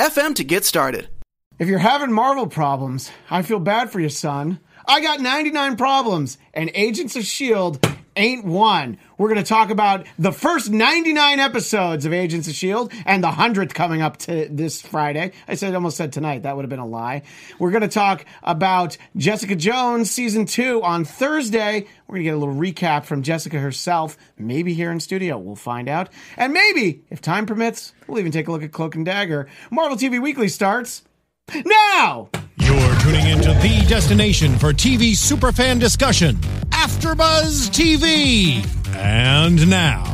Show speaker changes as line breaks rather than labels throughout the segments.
to get started.
If you're having Marvel problems, I feel bad for you, son. I got 99 problems, and Agents of S.H.I.E.L.D. E ain't one. We're going to talk about the first 99 episodes of Agents of S.H.I.E.L.D. E and the 100th coming up to this Friday. I said almost said tonight. That would have been a lie. We're going to talk about Jessica Jones season two on Thursday. We're going to get a little recap from Jessica herself, maybe here in studio. We'll find out. And maybe, if time permits, we'll even take a look at Cloak and Dagger. Marvel TV Weekly starts now!
You're tuning into the destination for TV superfan discussion, AfterBuzz TV. And now,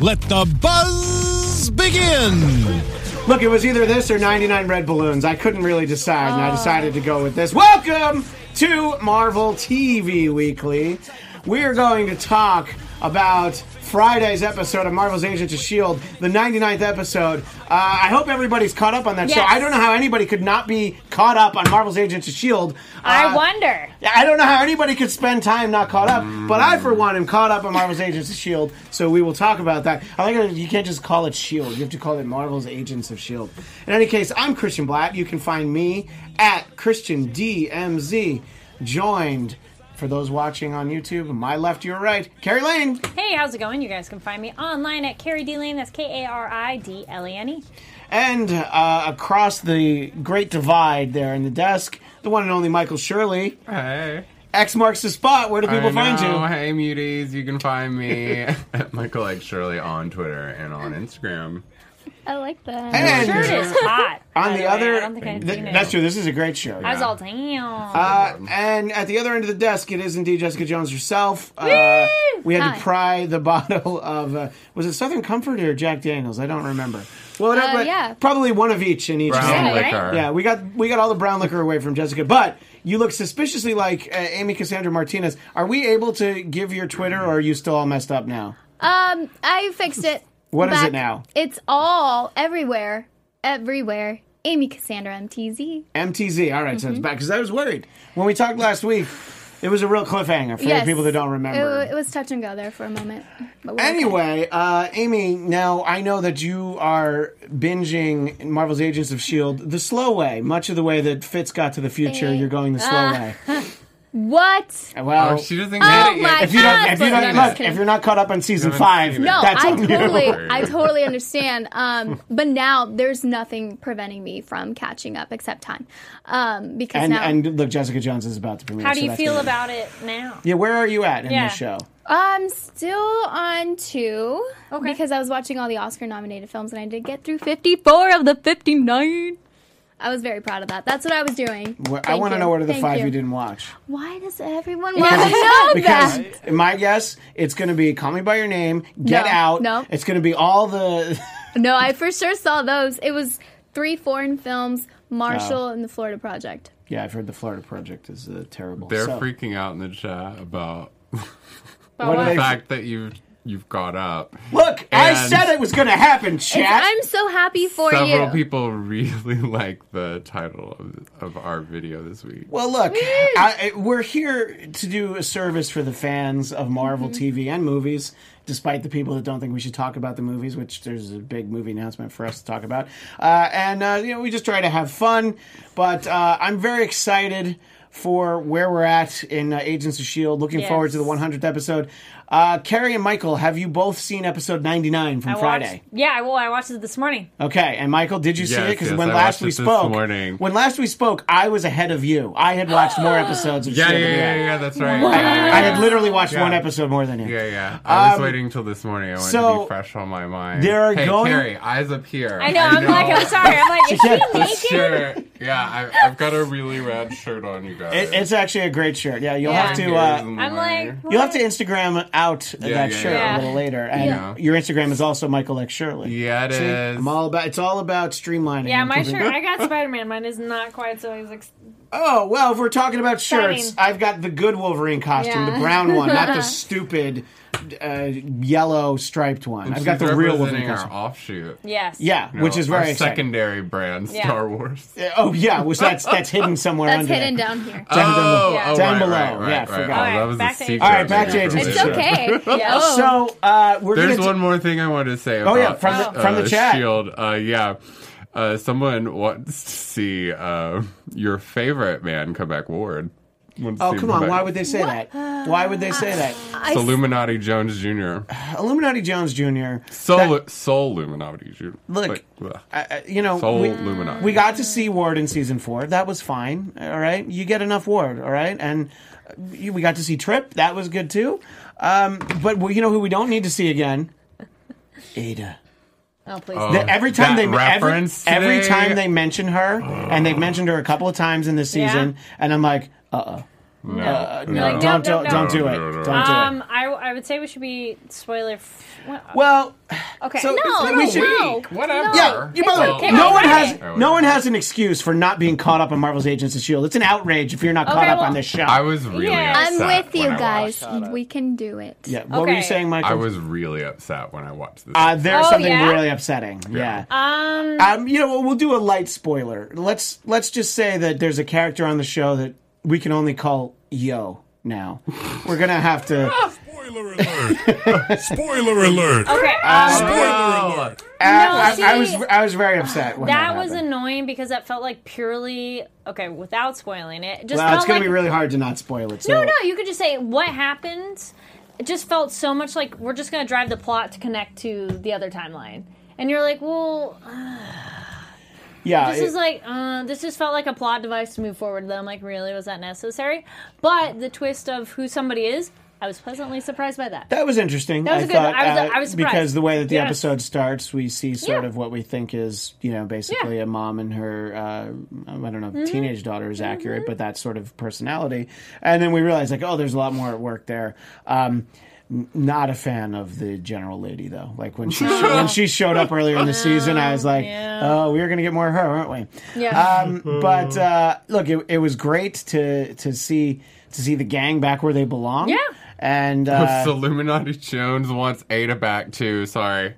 let the buzz begin.
Look, it was either this or 99 red balloons. I couldn't really decide, and I decided to go with this. Welcome to Marvel TV Weekly. We are going to talk about Friday's episode of Marvel's Agents of S.H.I.E.L.D., E the 99th episode. Uh, I hope everybody's caught up on that show.
Yes.
I don't know how anybody could not be caught up on Marvel's Agents of S.H.I.E.L.D.
I
Uh,
wonder.
I don't know how anybody could spend time not caught up, but I, for one, am caught up on Marvel's Agents of S.H.I.E.L.D., E so we will talk about that. I like how you can't just call it S.H.I.E.L.D., E you have to call it Marvel's Agents of S.H.I.E.L.D. E In any case, I'm Christian Black. You can find me at Christian DMZ, joined, for those watching on YouTube, my left, your right, Carrie Lane.
Hey, how's it going? You guys can find me online at Carrie D Lane. That's K A R I D L A N E.
And uh, across the great divide there in the desk, the one and only Michael Shirley.
Hey.
X marks the spot. Where do people
I
find
know.
you?
Hey, muties. You can find me at Michael X Shirley on Twitter and on Instagram.
I like that.
And
Shirt is hot. by
on the
way.
other,
I don't think I've
th-
seen it.
that's true. This is a great show.
I was all damn.
Uh, and at the other end of the desk, it is indeed Jessica Jones herself. Uh, we had
Hi.
to pry the bottle of uh, was it Southern Comfort or Jack Daniels? I don't remember. Well, it-
Uh,
but
yeah.
probably one of each in each.
Brown
hand.
Yeah, right?
liquor.
Yeah, we got we got all the brown liquor away from Jessica, but you look suspiciously like uh, Amy Cassandra Martinez. Are we able to give your Twitter, or are you still all messed up now?
Um, I fixed it.
What
What
is
is
it now?
It's all everywhere, everywhere. Amy Cassandra MTZ.
MTZ. All right, so
Mm-hmm.
it's back because I was worried when we talked last week. It was a real cliffhanger for the people that don't remember.
It, wa- it was touch and go there for a moment. But we're okay.
Anyway, uh, Amy, now I know that you are binging Marvel's Agents of S.H.I.E.L.D. E the slow way, much of the way that Fitz got to the future, you're going the slow
Uh,
way. Uh,
what?
Well,
Oh, she doesn't
Oh
get it
my
yet.
if, you don't,
God,
if, you don't,
but- no, I'm
look,
just kidding.
if you're not caught up on season
haven't
five,
seen it.
No,
that's
I
on you.
totally,
you.
I totally understand. Um, but now there's nothing preventing me from catching up except time, um, because
And,
now
and look, Jessica Jones is about to premiere.
How
so
do you
that's
feel
gonna be-
about it now?
Yeah, where are you at in
Yeah.
the show?
I'm still on two
Okay.
because I was watching all the Oscar-nominated films and I did get through 54 of the 59. I was very proud of that. That's what I was doing.
Where, I
Thank
want to
you.
know what are the
Thank
five you. didn't watch.
Why does everyone want to know
Because
that?
my guess, it's going to be Call Me by Your Name, Get
No,
Out.
no.
It's going to be all the.
No, I for sure saw those. It was three foreign films, Marshall and the Florida Project.
Yeah, I've heard the Florida Project is uh, terrible.
They're
So-
freaking out in the chat about
What do
the
they-
fact that you've you've caught up.
Look, I
And-
said it was going to happen, chat.
I'm so happy for
Several
you.
people really like the title of, of our video this week.
well, look, I, I- we're here to do a service for the fans of Marvel
Mm-hmm.
TV and movies, despite the people that don't think we should talk about the movies, which there's a big movie announcement for us to talk about. Uh, and, uh, you know, we just try to have fun, but uh, I'm very excited. For where we're at in uh, Agents of S.H.I.E.L.D., looking
Yes.
forward to the 100th episode. Uh, Carrie and Michael, have you both seen episode 99 from
I
Friday?
Watched, yeah, I- well, I watched it this morning.
Okay, and Michael, did you see
Yes,
it? Because
yes,
when
I
last
watched
we
it this
spoke,
morning.
when last we spoke, I was ahead of you. I had watched more episodes of
Yeah, yeah,
Shield.
yeah, yeah, that's right. Yeah, yeah,
I had literally watched
Yeah.
one episode more than you.
Yeah, yeah. I was
Um,
waiting till this morning. I wanted to
so,
be fresh on my mind.
there are
hey,
going-
Carrie, eyes up here.
I know. I'm like, I'm sorry. I'm like, is she naked?
Sure. Yeah, I, I've got a really rad shirt on, you guys.
It, it's actually a great shirt. Yeah, you'll
Yeah.
have to.
Here's
Uh,
my-
I'm like,
You'll have
what?
to Instagram out that
yeah,
shirt
yeah.
a little later, and
Yeah.
your Instagram is also Michael X Shirley.
Yeah, it
See?
is.
I'm all about. It's all about streamlining.
Yeah,
and
my
improving-
shirt. I got Spider Man. Mine is not quite so. Ex- ex-
Oh well, if we're talking about shirts,
Stunning.
I've got the good Wolverine costume, the
Yeah.
brown one, not the stupid uh, yellow striped one. I've got
She's
the real Wolverine
representing our
costume.
offshoot.
yes.
Yeah,
No,
which is
our
very exciting.
secondary brand,
Yeah.
Star Wars.
Oh yeah, which that's that's hidden somewhere.
That's
under
hidden
there.
down here.
Down below.
Yeah.
Down
Oh, right,
below.
right, right,
yeah, I
right.
forgot.
Oh,
Alright,
that was
back
a
to
secret.
All
right, back to
Thank you
Agents
for
Sure.
It's
that.
okay.
Yeah.
Oh.
So uh, we're
There's
gonna Oh,
one more thing I want to say about
yeah, from the-
uh,
from the chat.
Shield. Uh, yeah. Uh, someone wants to see uh, your favorite man come back, Ward. Wants to
Oh
see
come
him
on!
back.
Why would they say that? Why would they say that?
It's Illuminati Jones Jr.
Uh,
Illuminati Jones Jr.
Soul, soul Illuminati Jr.
Look,
Like, ugh.
I- I- uh, you know,
soul
we,
Illuminati.
we got to see Ward in season four. That was fine. All right, you get enough Ward. All right, and uh, you- we got to see Trip. That was good too. Um, but we, you know who we don't need to see again? Ada.
Oh please.
Oh,
The- every time
that
they every,
reference
every
today?
time they mention her, and they've mentioned her a couple of times in this
Yeah.
season, and I'm like, uh oh,
no,
Like,
don't
no,
do,
no,
not
no.
do it,
No, no, no.
don't do it.
um, I, I would say we should be spoiler. F- well,
Well,
okay.
so-
no.
so we should-
no.
Whatever.
yeah, you by the way,
okay,
no
okay.
one has
Okay.
no one has an excuse for not being caught up on Marvel's Agents of Shield. E It's an outrage if you're not caught
Okay,
up
well-
on this show.
I was really
Yeah.
upset.
I'm with you
when I
guys.
watched-
We can do it.
yeah, what were you
Okay.
saying, Michael?
I was really upset when I watched this.
Uh, there's
Oh,
something
yeah?
really upsetting. Yeah.
Um.
Um, you know, what, we'll do a light spoiler. Let's let's just say that there's a character on the show that we can only call Yo now. We're gonna have to.
Spoiler alert! Spoiler alert!
Okay. um,
Spoiler alert!
Uh, I, I- I was
see-
I was very upset. When that,
that was
happened.
annoying because that felt like purely okay without spoiling it. it Just
Wow,
felt
it's gonna
like,
be really hard to not spoil it. So.
No, no, you could just say what happened. It just felt so much like we're just going to drive the plot to connect to the other timeline. And you're like, well,
Yeah.
this
it-
is like, uh, this just felt like a plot device to move forward. Though I'm like, really, was that necessary? But the twist of who somebody is, I was pleasantly surprised by that.
That was interesting.
That was
I
a good-
thought,
I was-
uh,
I was surprised.
because the way that the
Yeah.
episode starts, we see sort
Yeah.
of what we think is, you know, basically a mom and her, uh, I don't know, if
Mm-hmm.
teenage daughter is accurate, but that sort of personality. And then we realize, like, oh, there's a lot more at work there. Um, n- not a fan of the general lady though. Like when she when she showed up earlier in the season, I was like,
yeah.
"Oh, we were gonna get more of her, weren't we?"
Yeah.
Um, but uh, look, it, it was great to to see to see the gang back where they belong.
Yeah.
and uh,
Illuminati Jones wants Ada back too. Sorry,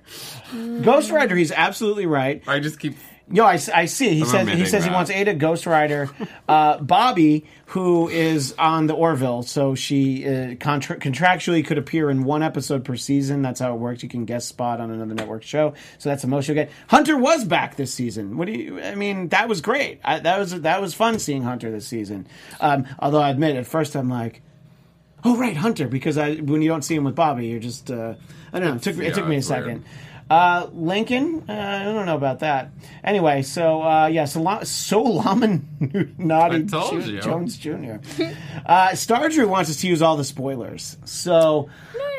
Ghost Rider, he's absolutely right.
I just keep.
No, I, s- I see. He says he
omitting
says he
that.
wants Ada Ghost Rider, uh, Bobby, who is on the Orville, so she uh, contra- contractually could appear in one episode per season. That's how it works. You can guest spot on another network show, so that's a motion get. Hunter was back this season. What do you? I mean, that was great. I, that was that was fun seeing Hunter this season. Um, although I admit, at first I'm like. Oh right, Hunter. Because I when you don't see him with Bobby, you're just uh, I don't know. It took, it took me a
it's weird.
second. Uh, Lincoln, uh, I don't know about that. Anyway, so uh, yeah, Sol- Solomon Naughty
I told
Ju-
you.
Jones Jr. uh, Stardrew wants us to use all the spoilers. So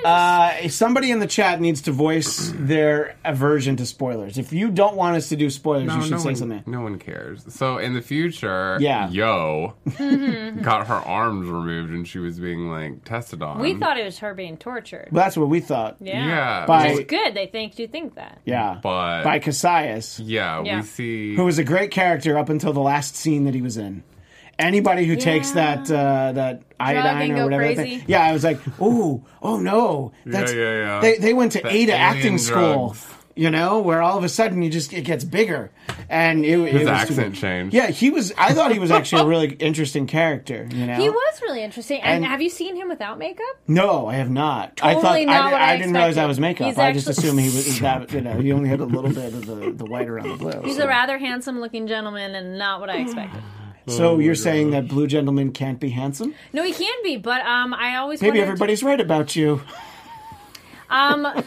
uh, if somebody in the chat needs to voice their aversion to spoilers. If you don't want us to do spoilers, you should
no
say
one,
something.
no one cares. So in the future,
Yeah.
Yo got her arms removed and she was being like tested on.
We thought it was her being tortured.
Um, But that's what we thought.
Yeah.
yeah,
By-
It's good. They think you think that.
Yeah.
but
By Cassius.
yeah,
Yeah.
we see
who was a great character up until the last scene that he was in. Anybody who takes that uh, that iodine
and
or
go
whatever,
crazy.
thing- yeah, I was like, ooh, oh no, that's
yeah, yeah.
They they went to Ada
alien
acting school,
drugs.
you know, where all of a sudden you just it gets bigger, and it, it
his
was
accent changed.
Yeah, he was. I thought he was actually a really interesting character. You know,
He was really interesting. And,
And-
have you seen him without makeup?
No, I have not. I thought
Totally not
I,
what
I,
I
didn't realize that
expected.
was makeup.
He's
I just
actually-
assumed he was, he that. You know, he only had a little bit of the the white around the blue.
He's
so.
a rather handsome looking gentleman and not
Oh.
what I expected.
So
Oh,
you're saying that blue gentlemen can't be handsome?
No, he can be, but um, I always
Maybe
wondered-
everybody's right about you.
Um,
My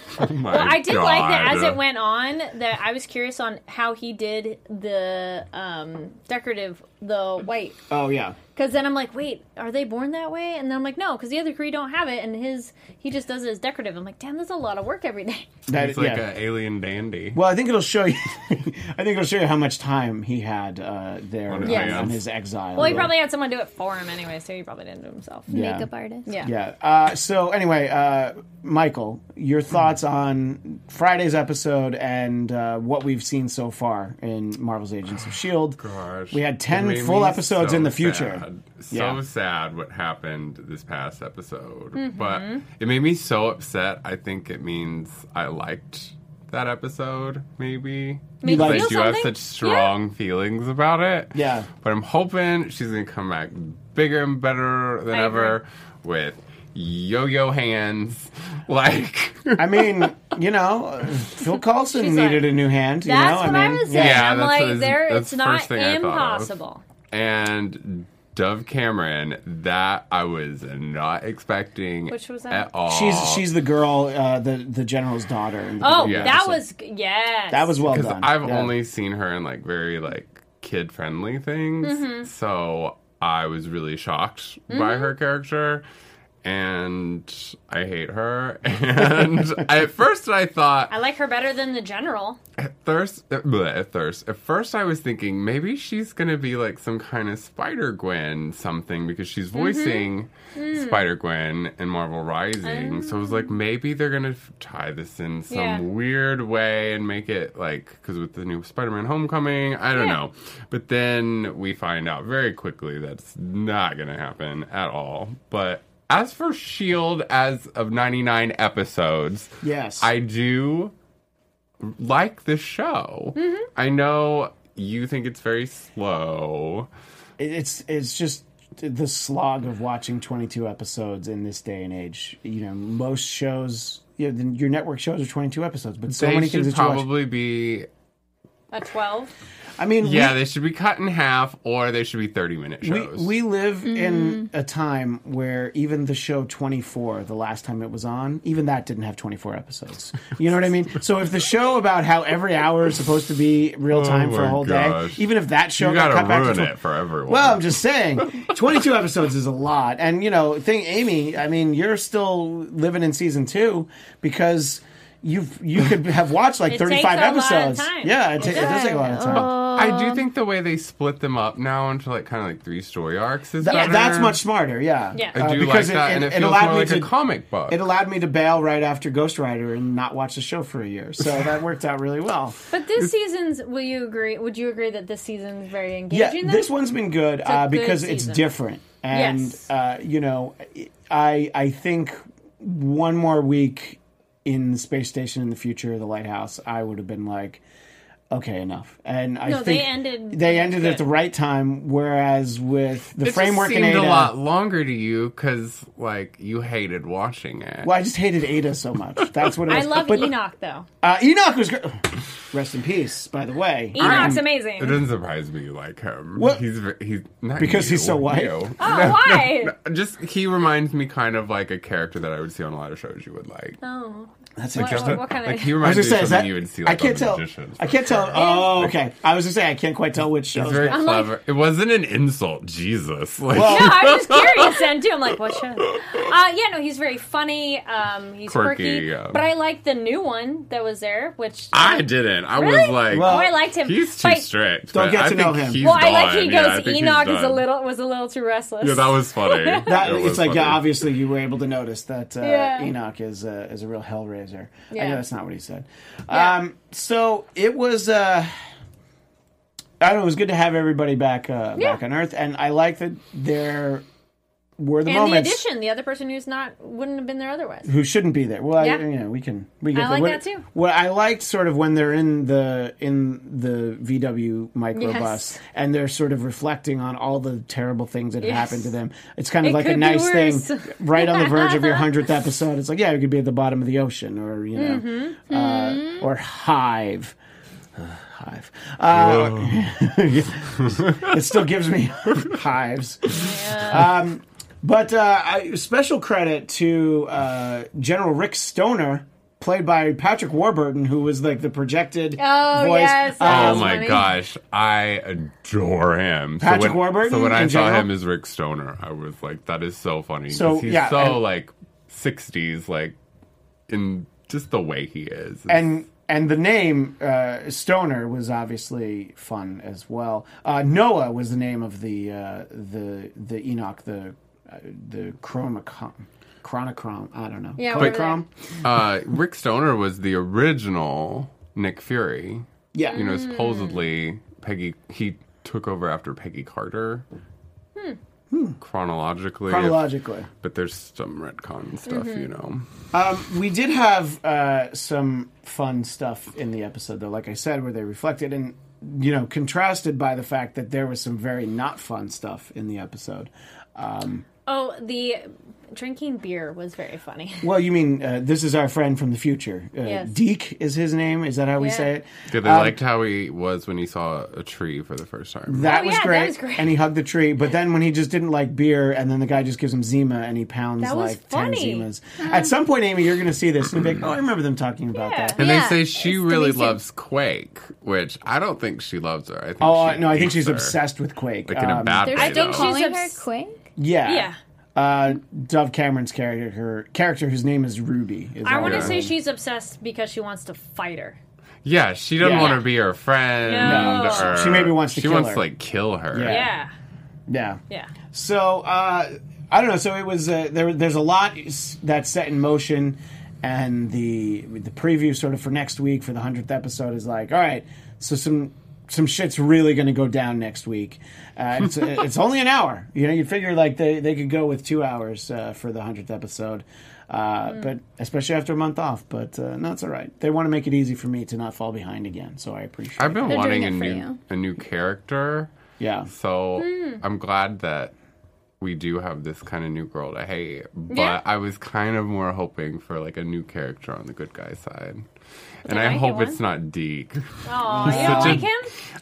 well, I did like that
God.
as it went on. That I was curious on how he did the um decorative, the white,
Oh yeah.
Because then I'm like, wait, are they born that way? And then I'm like, no, because the other Kree don't have it, and his he just does it as decorative. I'm like, damn, that's a lot of work every day.
That,
It's like
yeah.
an alien dandy.
Well, I think it'll show you. I think it'll show you how much time he had uh, there
On
on,
his
hands.
his exile.
Well, he probably had someone do it for him anyway, so he probably didn't do it himself.
Yeah.
Makeup artist.
Yeah.
Yeah. Uh, so anyway, uh, Michael, your thoughts on Friday's episode and uh, what we've seen so far in Marvel's Agents of Shield.
Gosh.
E We had
It
10
made
full
me
episodes
so
in the future.
sad. So
Yeah.
sad what happened this past episode. But it made me so upset. I think it means I liked that episode, maybe.
Make
like-
you
I
feel
do have
something?
such strong feelings about it.
Yeah.
But I'm hoping she's going to come back bigger and better than
I
ever
agree.
with yo yo hands. Like,
I mean, you know, uh, Phil Coulson
She's
needed
like,
a new hand. You
That's
know,
what
I
I,
mean,
was saying.
Yeah,
I'm
that's
like,
what is-
there,
that's
it's
the
not
first thing I thought of.
impossible.
and Dove Cameron, that I was not expecting
Which was that?
at all.
She's she's the girl, uh, the the general's daughter. in the
Oh,
Yeah.
that
So-
was yes.
that was well
because
done.
I've
Yeah.
only seen her in like very like kid friendly things,
Mm-hmm.
so I was really shocked by her character, and I hate her. And at first, I
I
thought
like her better than the general.
at thirst, uh, bleh, at thirst. At first, I was thinking maybe she's gonna be like some kind of Spider Gwen something because she's
Mm-hmm.
voicing
Hmm.
Spider Gwen in Marvel Rising. So I was like, maybe they're gonna f- tie this in some
Oh. Yeah.
weird way and make it like because with the new Spider Man Homecoming, I don't
Yeah.
know. But then we find out very quickly that's not gonna happen at all. But as for Shield, E as of ninety nine episodes,
Yes.
I do like the show.
Mm-hmm.
I know you think it's very slow.
It- it's it's just the slog of watching 22 episodes in this day and age. You know, most shows, you know, your network shows are 22 episodes, but so
they
many
should
things that you watch.
probably be
A twelve.
I mean,
yeah,
we-
they should be cut in half, or they should be thirty minute
we,
shows.
we live in
Mm.
a time where even the show 24 the last time it was on even that didn't have 24 episodes you know what i mean so if the show about how every hour is supposed to be real time for
Oh my
a whole
gosh.
day even if that show
you
got
gotta
cut back to
ruin
12
it for everyone.
Well, I'm just saying, 22 episodes is a lot. And, you know, thing Amy, I mean, you're still living in season two because you've you could have watched like
It
35
takes a lot of
episodes.
time. Oh,
Yeah, it, ta- it does take a lot of time.
I
um,
do think the way they split them up now into like kind of like three story arcs is
That-
better.
that's much smarter, yeah.
Mm.
Uh,
Yeah.
I do like
because it-
that, and
it-
it,
it
feels
allowed
more
me
like
to-
a comic book.
It allowed me to bail right after Ghost Rider and not watch the show for a year. So that worked out really well.
But this season's, will you agree? Would you agree that this season's very
Yeah,
engaging? though?
this one's been good uh,
good
because it's
season.
different, and
Yes.
uh, you know, I I think one more week in the space station in the future, the lighthouse, I would have been like, okay, enough. And I
No, they
think
ended
they ended at
good.
the right time. Whereas with the
It
framework
just
in
seemed
Ada,
a lot longer to you because like you hated watching it.
well, I just hated Ada so much. That's what it
I
was.
love
but,
Enoch though.
Uh, Enoch was great. Rest in peace, by the way. Uh,
Enoch's
Um, It
amazing.
doesn't surprise me you like him.
What?
He's ve- he's not
Because he's
you,
so white?
you.
Oh, why?
Just he reminds me kind of like a character that I would see on a lot of shows you would like.
Oh.
That's
What,
interesting.
what, what kind of?
Like he
I was
reminds me
gonna
of
say, is
something
that
you would see.
I
Like,
can't
on
tell.
The Magicians,
I can't tell. Oh, okay. I was gonna say I can't quite tell which show.
He's very
like-
clever. it wasn't an insult, Jesus. Like
no, I was just curious then too. I'm like, what show? Uh, yeah, no, he's very funny. Um, he's
Quirky,
quirky.
yeah.
But I like the new one that was there, which
I didn't. I was
Really?
like,
Well,
oh, I liked him.
he's too
But-
strict.
Don't
but
get
I
to know
think
him.
he's
Well, I like
done.
he
Yeah, I
goes.
think he's
Enoch is a
done.
little was a little too restless.
Yeah, that was funny.
That,
It was
it's like
funny.
yeah, obviously you were able to notice that uh,
Yeah.
Enoch is a, is a real hellraiser. I know
Yeah.
that's not what he said.
Yeah.
Um, so it was. Uh, I don't know. It was good to have everybody back uh,
Yeah.
back on Earth, and I like that there were the
and
moments
the addition, the other person who's not wouldn't have been there otherwise.
who shouldn't be there. Well,
Yeah.
I, you know, we can we get
I
there.
like
what,
that too.
What I liked sort of when they're in the in the VW microbus
Yes.
and they're sort of reflecting on all the terrible things that have
Yes.
happened to them. It's kind of
It
like a
could be
nice
worse.
thing, right on the verge of your hundredth episode. It's like yeah, you could be at the bottom of the ocean, or you know,
Mm-hmm.
uh, or hive. Uh, Hive. Uh, it still gives me hives. But uh, I, special credit to uh, General Rick uh, Stoner played by Patrick Warburton, who was like the projected
Oh,
voice. Uh,
yes.
Oh
That's
my
funny.
gosh, I adore him.
Patrick
so when,
Warburton
So when I
in
saw
general?
him as Rick Stoner, I was like, that is so funny. 'cause
So,
he's
yeah,
so
and-
like '60s, like in just the way he is. It's-
and and the name uh, Stoner was obviously fun as well. Uh, Noah was the name of the uh, the the Enoch the uh, the Chromacom Chronochrome. I don't know.
Yeah, whatever
Chronochrome.
uh, Rick Stoner was the original Nick Fury.
Yeah,
You know,
Hmm.
supposedly Peggy he took over after Peggy Carter.
Hmm.
Chronologically, if-
chronologically.
but there's some retcon stuff,
Mm-hmm.
you know.
Um, we did have uh, some fun stuff in the episode, though. Like I said, where they reflected and you know contrasted by the fact that there was some very not fun stuff in the episode. Um,
Oh, the drinking beer was very funny.
Well, you mean uh, this is our friend from the future? Uh,
Yes.
Deke is his name. Is that how we
Yeah. Oh,
say it?
Yeah, they liked how he was when he saw a tree for the first time.
That,
Oh,
was
yeah, that
great.
was great.
And he hugged the tree. But then when he just didn't like beer, and then the guy just gives him Zima and he pounds
That was
like 10
funny. Uh-huh.
Zimas. At some point, Amy, you're going to see this and be like, oh, I remember them talking about
Yeah.
that.
And
Yeah,
they say she
it's
really
Denise.
loves Quake, which I don't think she loves her. I think
Oh,
she
no, I think
hates
she's
her.
obsessed with Quake.
Like in a
Um,
bad
They're
way,
I think
though.
she's
calling her
obs-
Quake.
Yeah.
Yeah.
Uh, Dove Cameron's character, her character whose name is Ruby. Is
I
our
want to
girl.
say she's obsessed because she wants to fight her.
Yeah, she doesn't
Yeah.
want to be her friend.
No. No.
or-
She maybe wants to
She
kill
wants
her.
to like kill her.
Yeah.
Yeah.
Yeah.
Yeah.
So uh, I don't know. So it was uh, there. There's a lot s- that's set in motion, and the the preview sort of for next week for the hundredth episode is like, all right, so some some shit's really going to go down next week. Uh, it's, it's only an hour. You know, you figure like they they could go with two hours uh, for the hundredth episode. Uh, But especially after a month off, but uh, no, it's all right. They want to make it easy for me to not fall behind again, so I appreciate.
I've been
They're doing
wanting a
it for
new
you.
a new character.
it. yeah,
So I'm glad that we do have this kind of new girl to hate. But
Yeah.
I was kind of more hoping for like a new character on the good guy side. And
I
I
get
hope
one?
it's not Deke.
Oh, you don't
such a-
like him?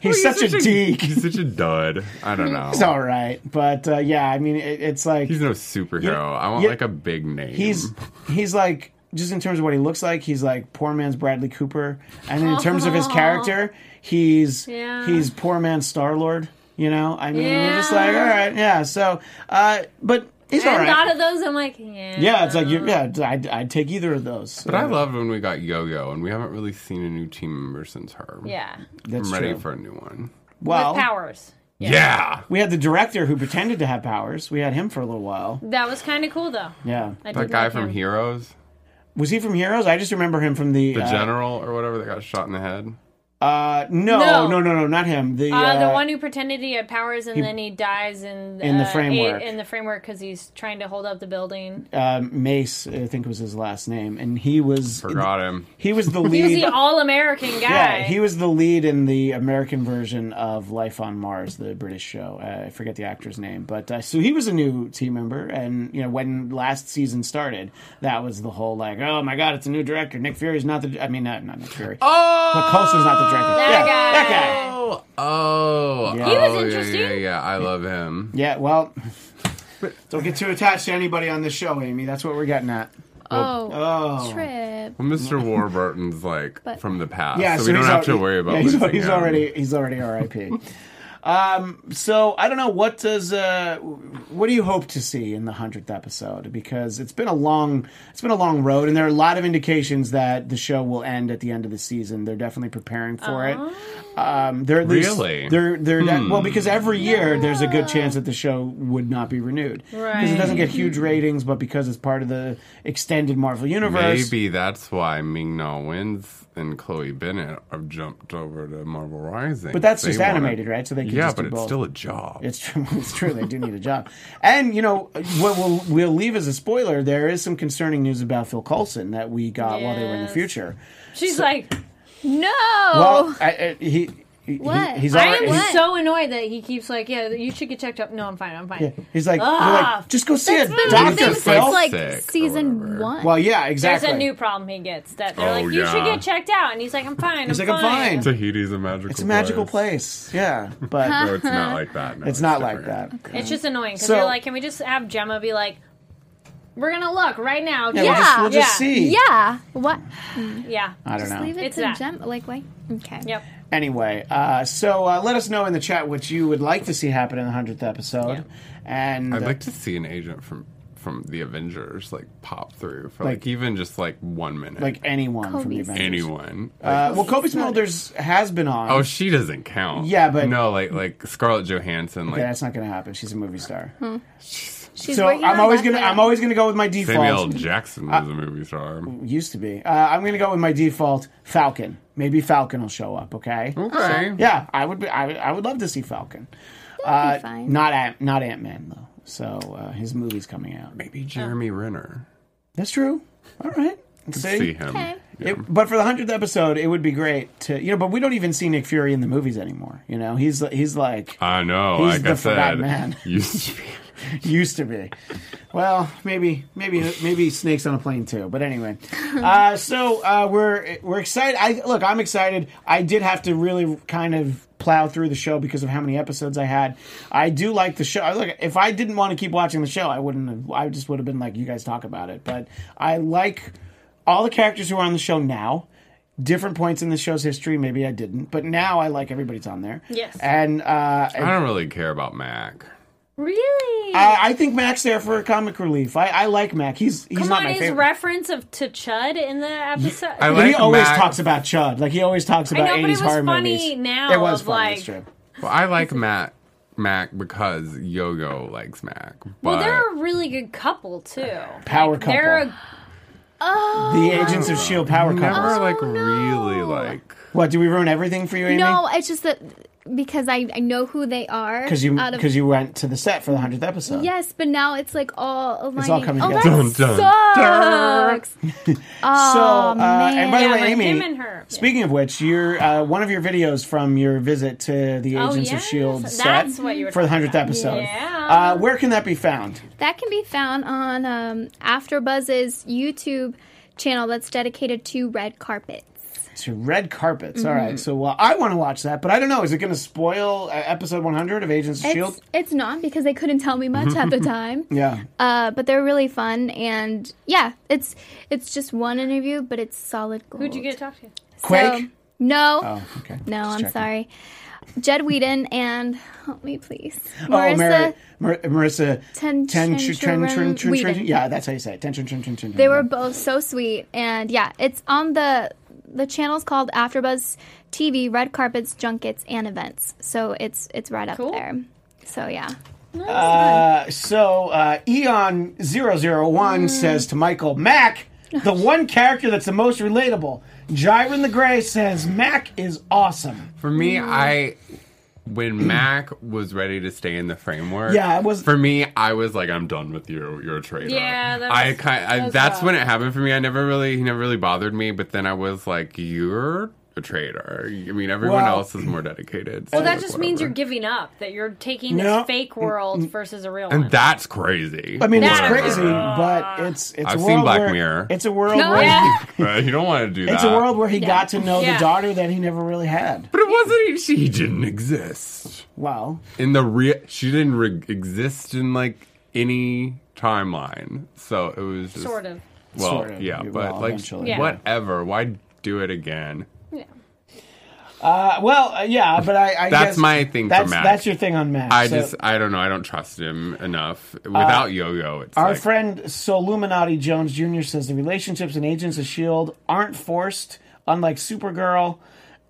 he's
He's
such a deke.
He's such a dud. I don't know.
It's all right, but uh, yeah, I mean, it, it's like
He's no superhero. I want
yeah.
like a big name.
he's he's like just in terms of what he looks like, he's like poor man's Bradley Cooper, and in terms of his character, he's
Oh. Yeah.
he's poor man's Star Lord. You know, I mean, you're just
Yeah.
like, all right, yeah. So, uh, but he's all
I
right.
thought of those. I'm like, yeah.
Yeah, it's like you, yeah, I'd, I'd take either of those.
But I loved when we got Yo Yo, and we haven't really seen a new team member since her.
Yeah.
That's
I'm ready
true.
for a new one.
well,
With powers.
Yeah.
we had the director who pretended to have powers. We had him for a little while.
That was kind of cool, though.
Yeah,
I
That
did
guy
like
from
him.
Heroes,
was he from Heroes? I just remember him from the,
the
uh,
general or whatever that got shot in the head.
Uh, no, no,
No.
no, no, not him. The
Uh,
uh,
the one who pretended he had powers and then he dies in,
In the
uh,
framework.
eight- in the framework because he's trying to hold up the building.
um, Mace, I think was his last name, and he was
Forgot him.
he was the
He
lead.
was the all-American guy.
yeah, he was the lead in the American version of Life on Mars, the British show. Uh, I forget the actor's name, but uh, so he was a new team member, and you know when last season started, that was the whole like, oh my god, it's a new director. Nick Fury's not the. I mean, not, not Nick Fury. Oh, but Coulson's not the director.
That
yeah,
guy.
that guy.
Oh, oh,
He
was
oh,
interesting.
Yeah, yeah, yeah. I love him.
Yeah, well. Don't get too attached to anybody on this show, Amy. That's what we're getting at.
Oh,
Oh.
trip.
Well, Mr. Warburton's like
But-
from the past,
Yeah,
so, we don't
he's
have to
already-
worry about.
yeah, he's,
losing
he's
him.
already he's already RIP. um, so I don't know what does uh, what do you hope to see in the hundredth episode because it's been a long it's been a long road and there are a lot of indications that the show will end at the end of the season. They're definitely preparing for it. Um, they're at least-
Really? Hmm.
they're they're de- well because every year there's a good chance that the show would not be renewed because it
Right.
doesn't get huge ratings, but because it's part of the extended Marvel universe.
Maybe that's why Ming Na Wins and Chloe Bennett have jumped over to Marvel Rising.
But that's
They
just
wanna-
animated, right? So they can
Yeah,
just
but
do
it's
both.
still a job.
It's true. It's true. They do need a job. And you know what? We'll we'll leave as a spoiler. There is some concerning news about Phil Coulson that we got while they were in the
Yes.
future.
She's like,
No.
Well, I, I, he. he-
What?
he's
I
already,
am
What?
so annoyed that he keeps like, yeah, you should get checked up. No, I'm fine. I'm fine.
he's like, they're
Ah,
like, just go see a
That's one of the
doctor,
things
Phil?
that's
Phil.
like
Sick or
season
whatever.
one.
well, yeah,
There's
exactly.
a new problem he gets that they're
Oh,
like, you should
yeah.
get checked out, and he's like, I'm fine.
He's
I'm
like, I'm
fine.
fine.
Tahiti's a magical.
it's a magical place. Yeah, but
No, it's not like that. No,
it's not like
different.
that.
It's just annoying because
So-
you're like, can we just have Gemma be like, We're gonna look right now. Yeah,
we'll
just- we'll just
yeah,
see. Uh,
Yeah. What?
yeah.
I don't know.
Leave it
It's
to
that.
Gem. Like, wait. Okay.
Yep.
Anyway, uh, so uh, let us know in the chat what you would like to see happen in the hundredth episode, and
I'd
uh,
like to see an agent from from the Avengers like pop through for
Like-
like, even just like one minute.
like anyone from the
Kobe's.
Avengers.
anyone.
Uh, well, Kobe Smulders has been on.
oh, she doesn't count.
Yeah, but-
no, like like Scarlett Johansson. Like
Yeah, that's not going to happen. She's a movie star.
She's
So
Hmm. working
I'm
on
always
Black
gonna
Widow.
I'm always gonna go with my
Samuel L.
default.
Jackson was a movie star.
Used to be. Uh, I'm gonna go with my default Falcon. Maybe Falcon will show up. Okay.
Hmm. Okay.
Yeah, I would be. I would, I would love to see Falcon.
That'd be fine.
uh, Not Ant, not Ant Man though. So uh, his movie's coming out.
Maybe Jeremy Renner.
That's true. All right. Let's Oh. see.
See him.
Okay.
Yeah.
It- but for the hundredth episode, it would be great to you know. But we don't even see Nick Fury in the movies anymore. You know, he's he's like
I know.
He's
Oh, like
the
I said,
forgotten man.
used to be-
used to be. Well, maybe, maybe, maybe snakes on a plane too. But anyway, uh, so uh, we're we're excited. I look, I'm excited. I did have to really kind of plow through the show because of how many episodes I had. I do like the show. I- Look, if I didn't want to keep watching the show, I wouldn't. have I just would have been like, you guys talk about it. But I like all the characters who are on the show now. Different points in the show's history. Maybe I didn't, but now I like everybody's on there.
Yes.
and uh,
I don't really care about Mac.
Really?
I, I think Mac's there for comic relief. I, I like Mac. He's he's
Come
not
on,
my
his
favorite.
reference of to Chud in the episode.
I
he
like
always
Mac.
talks about Chud. Like he always talks about
know, but it
80s
was
horror
funny
movies.
now
It was
of,
funny. that's
like-
true.
Well, I like Mac Mac because Yo Yo likes Mac. But
well, they're a really good couple too.
Power couple.
They're a
Oh,
the Agents of Shield E power
never
couple.
like really like
What do we ruin everything for you, Amy?
No, it's just that because I, I know who they are.
because you
out of-
because you went to the set for the hundredth episode.
Yes, but now it's like all aligning.
all coming
oh,
together.
that
Dun,
dun, sucks.
So uh,
man.
and by the
Yeah,
way,
with
Amy.
him and her.
Speaking of which, your uh, one of your videos from your visit to the
Oh,
Agents of
yes.
Shield
That's
E set
what you were
for the
talking
hundredth
about.
episode.
Yeah.
Uh, where can that be found?
That can be found on um, AfterBuzz's YouTube channel that's dedicated to red carpets.
To red carpets. All
Mm-hmm.
right. So well, I want to watch that, but I don't know. Is it going to spoil uh, episode 100 of Agents of Shield?
It's, it's not because they couldn't tell me much at the time.
Yeah.
Uh, but they're really fun and yeah, it's it's just one interview, but it's solid gold.
who'd you get to talk to?
Quake.
no,
oh, okay.
no,
Just
I'm
checking.
sorry. Jed Whedon and help me please,
Oh, Mar- Mar- Marissa
Ten-
Ten-
Ten-
Tren- Tren-
Tren-
Tren- Tren-
Whedon.
Yeah, that's how you say it. Ten- Tren- Tren- Tren- Tren-
They were both so sweet, and yeah, it's on the the channel's called AfterBuzz TV Red Carpets Junkets and Events, so it's it's right up
Cool.
there. So yeah,
Uh, so uh, Eon 001
Mm.
says to Michael Mac, the one character that's the most relatable. Jiren the Gray says Mac is awesome.
For me, I when Mac was ready to stay in the framework,
Yeah, it was-
For me, I was like, I'm done with you. You're a traitor.
Yeah, that
I
was-
kind.
that
I,
was
that's
rough.
when it happened for me. I never really, he never really bothered me. But then I was like, you're a traitor. I mean, everyone
Well-
else is more dedicated.
Well, that just means you're giving up. That you're taking this
No.
fake world versus a real one.
And that's crazy.
I mean,
That
it's
is-
crazy, but it's it's
I've
a
seen
world
Black
where-
Mirror.
It's a world
No.
where
Yeah.
Uh, you don't want to do that.
It's a world where he got to know the
Yeah.
daughter that he never really had.
but it wasn't. She he didn't exist
Well,
in the real. She didn't re- exist in like any timeline. So it was just
sort of.
Well,
Sort of.
yeah,
You-
but
well,
like,
eventually.
Yeah.
whatever. Why do it again?
Yeah.
uh, well, uh, yeah, but I, I
That's
guess
my thing for
That's
Mac.
that's your thing on Mac.
I
So Uh,
just, I don't know. I don't trust him enough. Without Yo-Yo, it's
our
like,
friend Soluminati Jones Jr. says the relationships in Agents of Shield E aren't forced, unlike Supergirl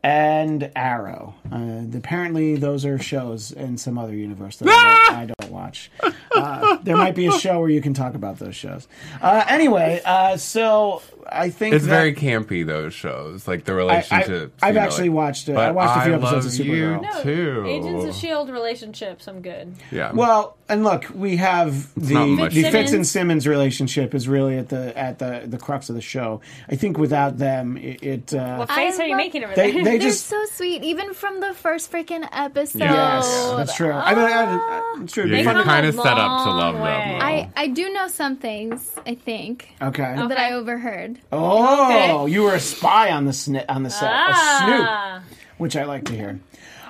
and Arrow. Uh, apparently, those are shows in some other universe that I, don't, I don't watch. Uh, there might be a show where you can talk about those shows. Uh, anyway, uh, so I think
it's
that-
very campy. Those shows, like the relationships.
I've
you know,
actually
like-
watched it. I watched a few
But I
episodes of
love you
Supergirl.
No,
too.
Agents of Shield E relationships. I'm good.
Yeah.
Well, and look, we have
not
the
much
the
Simmons.
Fitz and Simmons relationship is really at the at the the crux of the show. I think without them, it, it uh,
What face
I
are you
love-
making over
they
there?
they
they're
just
so sweet, even from the first freaking episode.
Yes.
yes, that's true. I mean, I, I, it's true.
yeah,
They
you're
fucking-
come
kind
a
of set up to
long way.
love them. though.
I, I do know some things, I think,
okay.
that I overheard.
Oh, you were a spy on the sni on the set, a snoop,
Ah.
which I like to hear.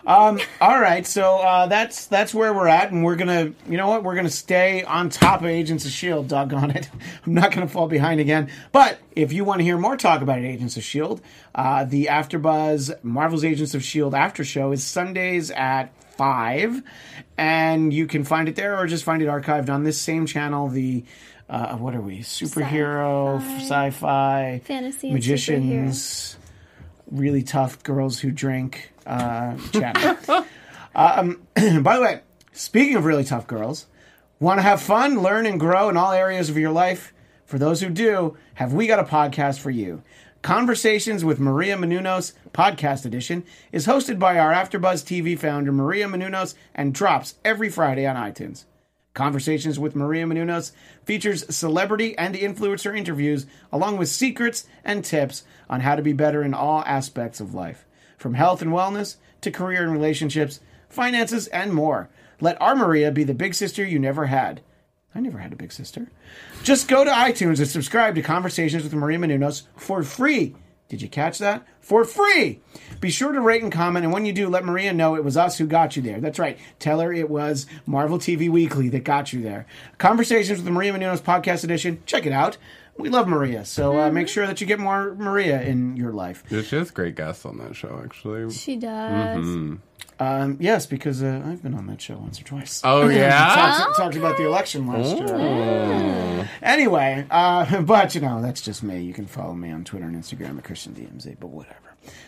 Um, all right, so uh, that's that's where we're at, and we're gonna, you know what, we're gonna stay on top of Agents of Shield. E Doggone it, I'm not gonna fall behind again. But if you want to hear more talk about Agents of Shield, uh, the AfterBuzz Marvel's Agents of Shield E after show is Sundays at five, and you can find it there or just find it archived on this same channel. The uh, what are we? Superhero, sci-fi,
Fantasy and
magicians really tough girls who drink uh, channel. um, by the way, speaking of really tough girls, want to have fun, learn, and grow in all areas of your life? For those who do, have we got a podcast for you? Conversations with Maria Menounos Podcast Edition is hosted by our AfterBuzz TV founder Maria Menounos and drops every Friday on iTunes. Conversations with Maria Menounos features celebrity and influencer interviews, along with secrets and tips on how to be better in all aspects of life, from health and wellness to career and relationships, finances, and more. Let our Maria be the big sister you never had. I never had a big sister. Just go to iTunes and subscribe to Conversations with Maria Menounos for free. Did you catch that? For free! Be sure to rate and comment, and when you do, let Maria know it was us who got you there. That's right. Tell her it was Marvel TV Weekly that got you there. Conversations with Maria Menounos Podcast Edition. Check it out. We love Maria, so uh, make sure that you get more Maria in your life.
She has great guests on that show, actually.
She does.
Um, yes, because uh, I've been on that show once or twice.
Oh yeah.
talked, talked about the election last year. Anyway, uh, but you know, that's just me. You can follow me on Twitter and Instagram at Christian DMZ, but whatever.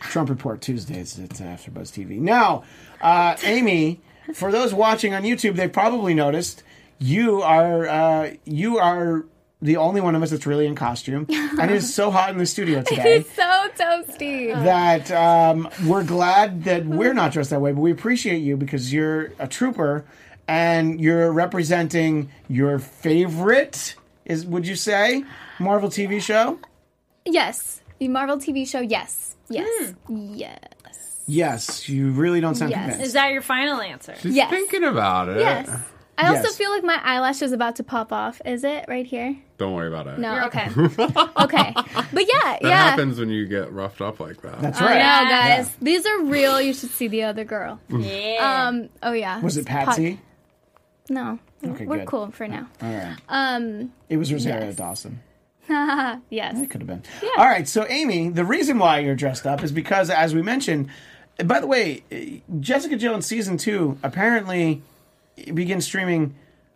Trump Report Tuesdays at AfterBuzz TV. Now, uh, Amy, for those watching on YouTube, they probably noticed you are uh, you are the only one of us that's really in costume, and it is so hot in the studio today
It's so toasty.
that um, we're glad that we're not dressed that way, but we appreciate you because you're a trooper and you're representing your favorite is would you say Marvel TV show?
yes. The Marvel TV show, yes.
hmm.
Yes. Yes.
Yes, you really don't sound
Yes.
convinced.
Is that your final answer?
She's
Yes.
thinking about it.
Yes. I also
Yes.
feel like my eyelash is about to pop off. Is it right here?
Don't worry about it.
No.
You're
okay.
okay.
okay. But yeah,
That
yeah.
happens when you get roughed up like that.
That's right.
Yeah,
Yeah.
guys. These are real. You should see the other girl.
Yeah.
Um, oh yeah.
Was it
Pot-
Patsy?
no.
Okay,
We're
good. Uh,
cool for now.
All right.
Um,
It was Rosario Dawson.
yes.
It could have been. All right, so Amy, the reason why you're dressed up is because, as we mentioned, by the way, Jessica Jones season two apparently begins streaming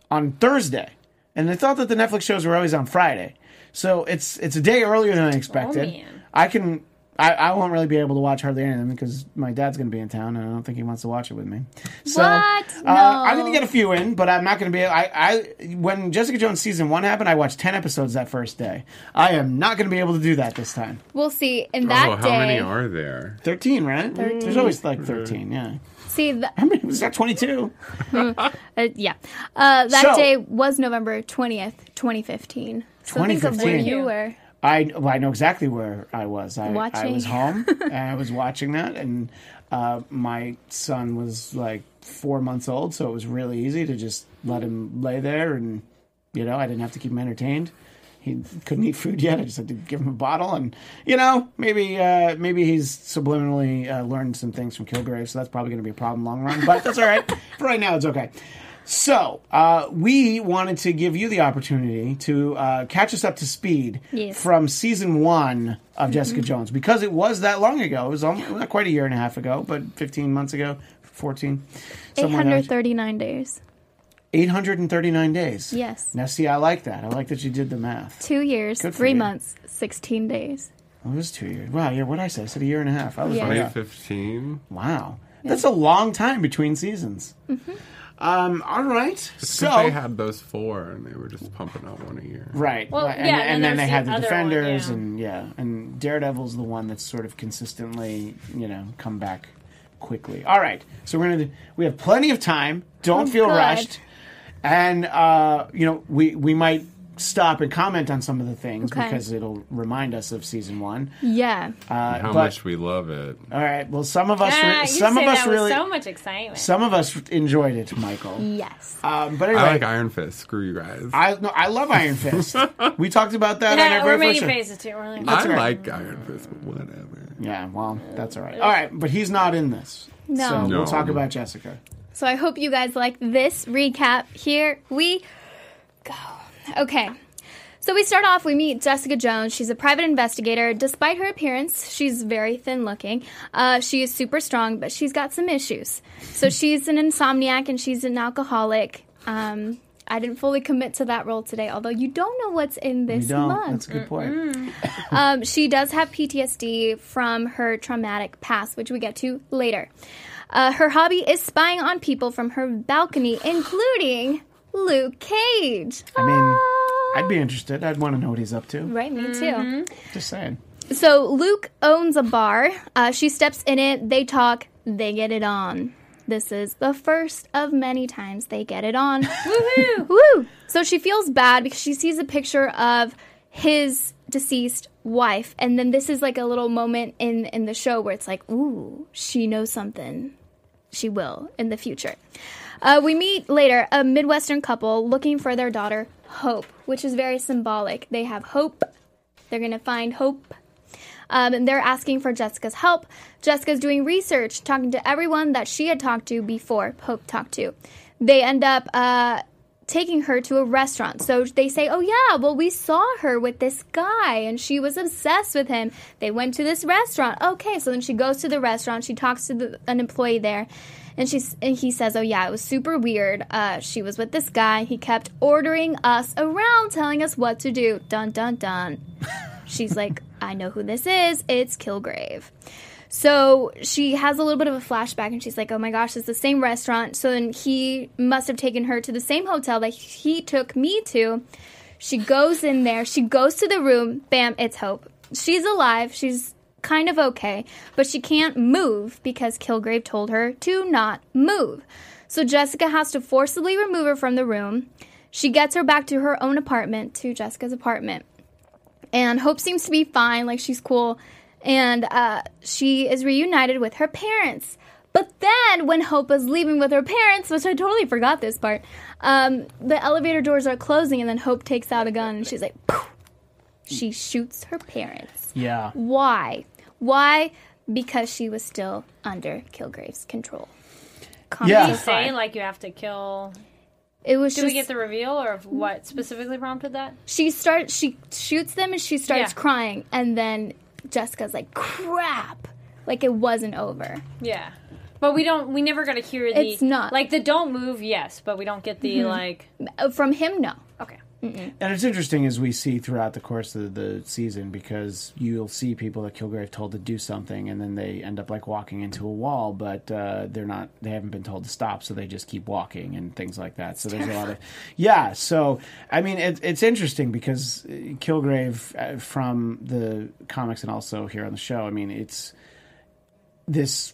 on Thursday, and I thought that the Netflix shows were always on Friday, so it's it's a day earlier than I expected.
man.
I can. I, I won't really be able to watch hardly any of them because my dad's going to be in town and I don't think he wants to watch it with me. So,
What?
Uh, I'm
No.
going to get a few in, but I'm not going to be. I, I when Jessica Jones season one happened, I watched ten episodes that first day. I am not going to be able to do that this time.
We'll see.
oh,
And that
how
day.
many are there?
13, right? 13. There's always like 13, yeah.
See, th-
I mean, was that 22?
uh, yeah. Uh, that
So-
day was November twentieth, twenty fifteen. So think of where
2015.
you were.
I, well, I know exactly where I was. I, I
Watching.
was home and I was watching that, and uh, my son was like four months old, so it was really easy to just let him lay there, and you know, I didn't have to keep him entertained. He couldn't eat food yet. I just had to give him a bottle, and you know, maybe uh, maybe he's subliminally uh, learned some things from Kilgrave, so that's probably going to be a problem long run. But that's all right. For right now, it's okay. So, uh, we wanted to give you the opportunity to uh, catch us up to speed
Yes. Mm-hmm.
from season one of Jessica Jones because it was that long ago. It was almost, not quite a year and a half ago, but 15 months ago, 14.
Eight
somewhere in there.
hundred thirty-nine days.
839 days.
Yes.
Now, see, I like that. I like that you did the math.
Two years,
Good for
three
you.
months, sixteen days.
It was two years. Wow, yeah, what did I say? I said a year and a half. I was
Yeah.
right.
Twenty
up.
fifteen.
Wow. That's a long time between seasons.
Mm-hmm.
Um, all right. so.
they had those four, and they were just pumping out one a year.
Right.
Well,
right. And,
yeah,
and,
and
then
then
they
there's
had
the
the
other
defenders,
one, yeah.
and yeah, and Daredevil's the one that's sort of consistently, you know, come back quickly. All right, so we're gonna we have plenty of time. Don't
Oh,
feel
good.
rushed, and uh, you know we we might stop and comment on some of the things
Okay.
because it'll remind us of season one.
Yeah.
Uh,
How
but-
much we love it.
All right. Well, some of us, re-
Ah, you
some
say
of us
that with
really,
so much excitement.
some of us enjoyed it, Michael.
yes.
Um, but
I like
anyway.
Iron Fist. Screw you guys. I,
I, no, I love Iron Fist. we talked about that on
yeah,
our
we're
very first show.
making faces too. We're like,
like Iron Fist, but whatever.
Yeah, well, that's all right. All right, but he's not in this.
No.
So
No.
we'll talk about Jessica.
So I hope you guys like this recap. Here we go. Okay. So we start off, we meet Jessica Jones. She's a private investigator. Despite her appearance, she's very thin looking. Uh, she is super strong, but she's got some issues. So she's an insomniac and she's an alcoholic. Um, I didn't fully commit to that role today, although you don't know what's in this month.
That's a good point.
Um, she does have PTSD from her traumatic past, which we get to later. Uh, her hobby is spying on people from her balcony, including Luke Cage.
I mean, I'd be interested. I'd want to know what he's up to.
Right, me too.
Just saying.
So Luke owns a bar. Uh, she steps in it. They talk. They get it on. This is the first of many times they get it on. Woohoo! Woo! So she feels bad because she sees a picture of his deceased wife, and then this is like a little moment in in the show where it's like, ooh, she knows something. She will in the future. Uh, we meet later a Midwestern couple looking for their daughter Hope, which is very symbolic. They have hope. They're gonna find hope um, and they're asking for Jessica's help. Jessica's doing research, talking to everyone that she had talked to before Pope talked to. They end up uh, taking her to a restaurant. So they say, Oh, yeah, well, we saw her with this guy and she was obsessed with him. They went to this restaurant. Okay, so then she goes to the restaurant, she talks to the, an employee there. And she's and he says, "Oh yeah, it was super weird. Uh, she was with this guy. He kept ordering us around, telling us what to do. Dun dun dun." She's like, I know who this is. It's Kilgrave. So she has a little bit of a flashback and she's like, oh my gosh, it's the same restaurant. So then he must have taken her to the same hotel that he took me to. She goes in there, she goes to the room, bam, it's Hope. She's alive, she's kind of okay, but she can't move because Kilgrave told her to not move. So Jessica has to forcibly remove her from the room. She gets her back to her own apartment, to Jessica's apartment and Hope seems to be fine, like she's cool, and uh, she is reunited with her parents. But then, when Hope is leaving with her parents, which I totally forgot this part, um, the elevator doors are closing, and then Hope takes out a gun and she's like, Poof! she shoots her parents.
Yeah.
Why? Why? Because she was still under Kilgrave's control. Common
Yeah.
sense.
Saying like you have to kill.
It was
Do
just
we get the reveal or of what specifically prompted that?
she starts she shoots them and she starts
Yeah.
crying and then jessica's like crap like it wasn't over
Yeah, but we don't. We never got to hear the.
It's not.
like the don't move. Yes, but we don't get the like.
Uh, from him no
Okay.
And it's interesting as we see throughout the course of the season because you'll see people that Kilgrave told to do something and then they end up like walking into a wall, but uh, they're not, they haven't been told to stop, so they just keep walking and things like that. So there's a lot of, yeah. So, I mean, it, it's interesting because uh, Kilgrave uh, from the comics and also here on the show, I mean, it's this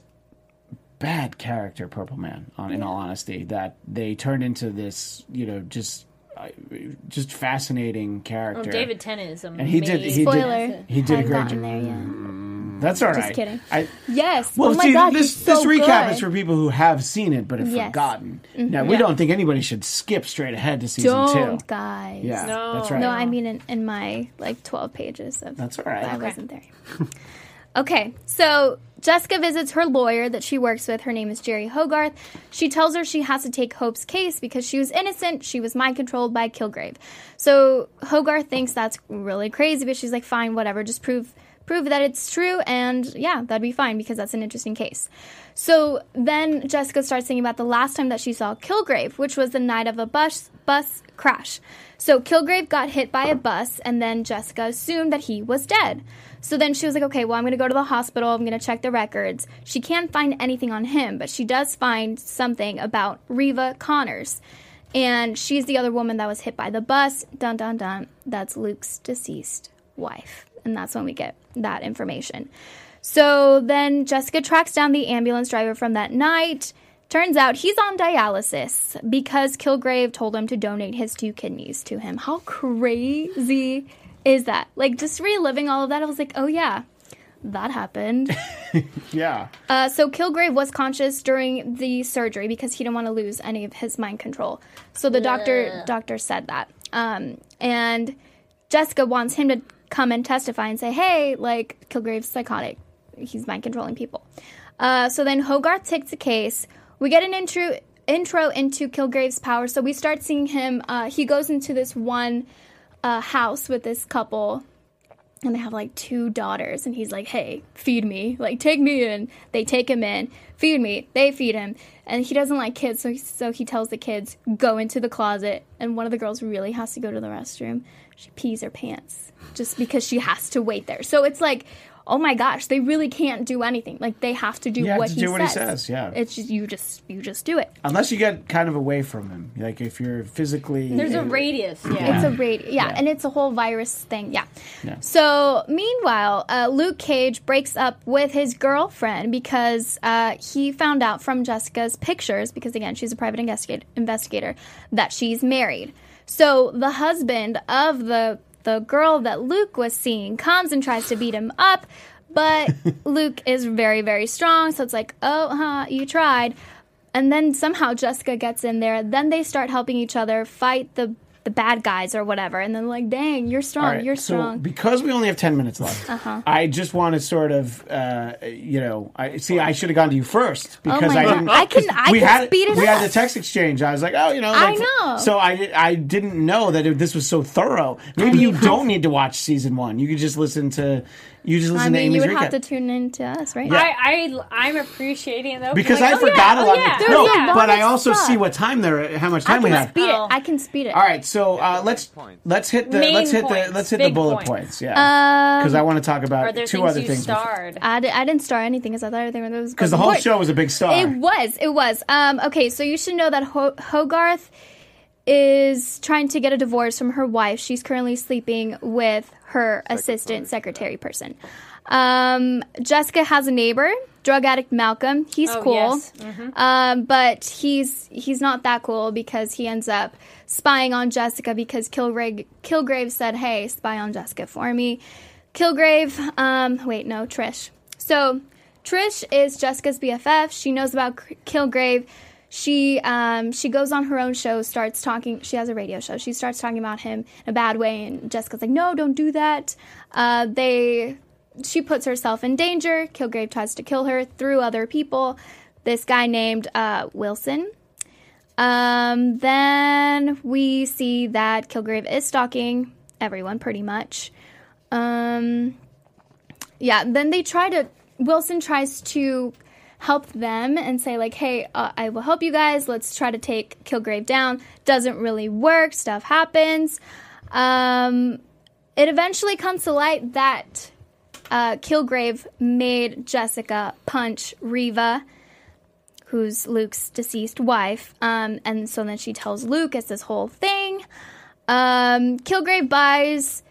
bad character, Purple Man, on, in all honesty, that they turned into this, you know, just. I- Just fascinating
Oh,
character.
David Tennant is amazing.
And he did. He
spoiler
Did, he did a
I've
great job.
gotten there, yeah.
That's all right.
kidding.
I,
yes
well,
oh my
see,
god
this
he's
this
so
recap
good.
is for people who have seen it but have
Yes. Mm-hmm.
forgotten. Now, we don't think anybody should skip straight ahead to season
don't
two.
guys
Yeah,
No.
that's right.
no i mean in, in my like 12 pages of
that's all right.
I wasn't there. okay, so Jessica visits her lawyer that she works with. Her name is Jerry Hogarth. She tells her she has to take Hope's case because she was innocent. She was mind controlled by Kilgrave. So Hogarth thinks that's really crazy, but she's like, fine, whatever, just prove prove that it's true and yeah that'd be fine because that's an interesting case so then jessica starts thinking about the last time that she saw kilgrave which was the night of a bus bus crash so kilgrave got hit by a bus and then jessica assumed that he was dead so then she was like okay well i'm going to go to the hospital i'm going to check the records she can't find anything on him but she does find something about riva connors and she's the other woman that was hit by the bus dun dun dun that's luke's deceased wife. And that's when we get that information. So then Jessica tracks down the ambulance driver from that night. Turns out he's on dialysis because Kilgrave told him to donate his two kidneys to him. How crazy is that? Like, just reliving all of that, I was like, oh yeah, that happened.
yeah.
Uh, so Kilgrave was conscious during the surgery because he didn't want to lose any of his mind control. So the doctor doctor said that. Um, and Jessica wants him to come and testify and say, "Hey, like Kilgrave's psychotic. He's mind controlling people." Uh, so then Hogarth takes the case. We get an intro intro into Kilgrave's power. So we start seeing him. Uh, he goes into this one uh, house with this couple, and they have like two daughters. And he's like, "Hey, feed me. Like, take me in." They take him in. Feed me. They feed him. And he doesn't like kids, so so he tells the kids go into the closet. And one of the girls really has to go to the restroom. She pees her pants just because she has to wait there. So it's like. Oh my gosh, they really can't do anything. Like they have to do
You have
what
to
he
do
says.
what he says, yeah.
It's just you just you just do it.
Unless you get kind of away from him, like if you're physically
There's a radius. Yeah.
It's a radio, yeah, and it's a whole virus thing, yeah.
Yeah.
So meanwhile, uh, Luke Cage breaks up with his girlfriend because uh, he found out from Jessica's pictures, because again, she's a private investiga- investigator, that she's married. So the husband of the the girl that Luke was seeing comes and tries to beat him up, but Luke is very very strong, so it's like, oh, huh, you tried. And then somehow Jessica gets in there. Then they start helping each other fight the the bad guys or whatever. And then like, dang, you're strong,
All right,
you're
so
strong. Uh-huh.
because we only have ten minutes left, I just want to sort of, uh, you know, I see. I should have gone to you first because
Oh my
I
God.
didn't.
I can- I
we
can
had,
speed it
We
up.
had the text exchange. I was like, oh, you know,
I
like-
know.
So I di- I didn't know that it, this was so thorough. Maybe you don't need to watch season one. You could just listen to. You just listen
I mean,
to
you
Amy's
would
recap.
have to tune in to us, right?
I, I, I'm appreciating it though.
because
like,
I
oh,
forgot
yeah,
a lot.
Oh, yeah.
There's-
No,
yeah,
but I
bonus
also
stuff.
see what time there, how much time we
I can
have.
speed
Oh.
it. I can speed it.
All right, so uh, let's let's hit the
Main
let's hit
points,
the let's hit the
big
bullet
points.
points, yeah. Because I want to talk
Are
about
there
two
things
other
you
things.
starred?
I, di- I didn't star anything because I thought everything was
Because the whole show was a big star.
It was. It was. Um, okay, so you should know that Ho- Hogarth is trying to get a divorce from her wife. She's currently sleeping with her assistant secretary person. Um, Jessica has a neighbor, drug addict Malcolm. He's
Oh,
cool,
yes.
um, but he's he's not that cool because he ends up spying on Jessica because Kilgrave Kilgrave said, "Hey, spy on Jessica for me." Kilgrave, um, wait, no, Trish. So Trish is Jessica's BFF. She knows about K- Kilgrave. She um, she goes on her own show, starts talking. She has a radio show. She starts talking about him in a bad way, and Jessica's like, "No, don't do that." Uh, they she puts herself in danger. Kilgrave tries to kill her through other people. This guy named uh, Wilson. Um, then we see that Kilgrave is stalking everyone pretty much. Um, yeah, then they try to, Wilson tries to help them and say, like, hey, uh, I will help you guys. Let's try to take Kilgrave down. Doesn't really work. Stuff happens. Um, it eventually comes to light that uh, Kilgrave made Jessica punch Reva who's Luke's deceased wife. Um, and so then she tells Luke it's this whole thing. Um, Kilgrave buys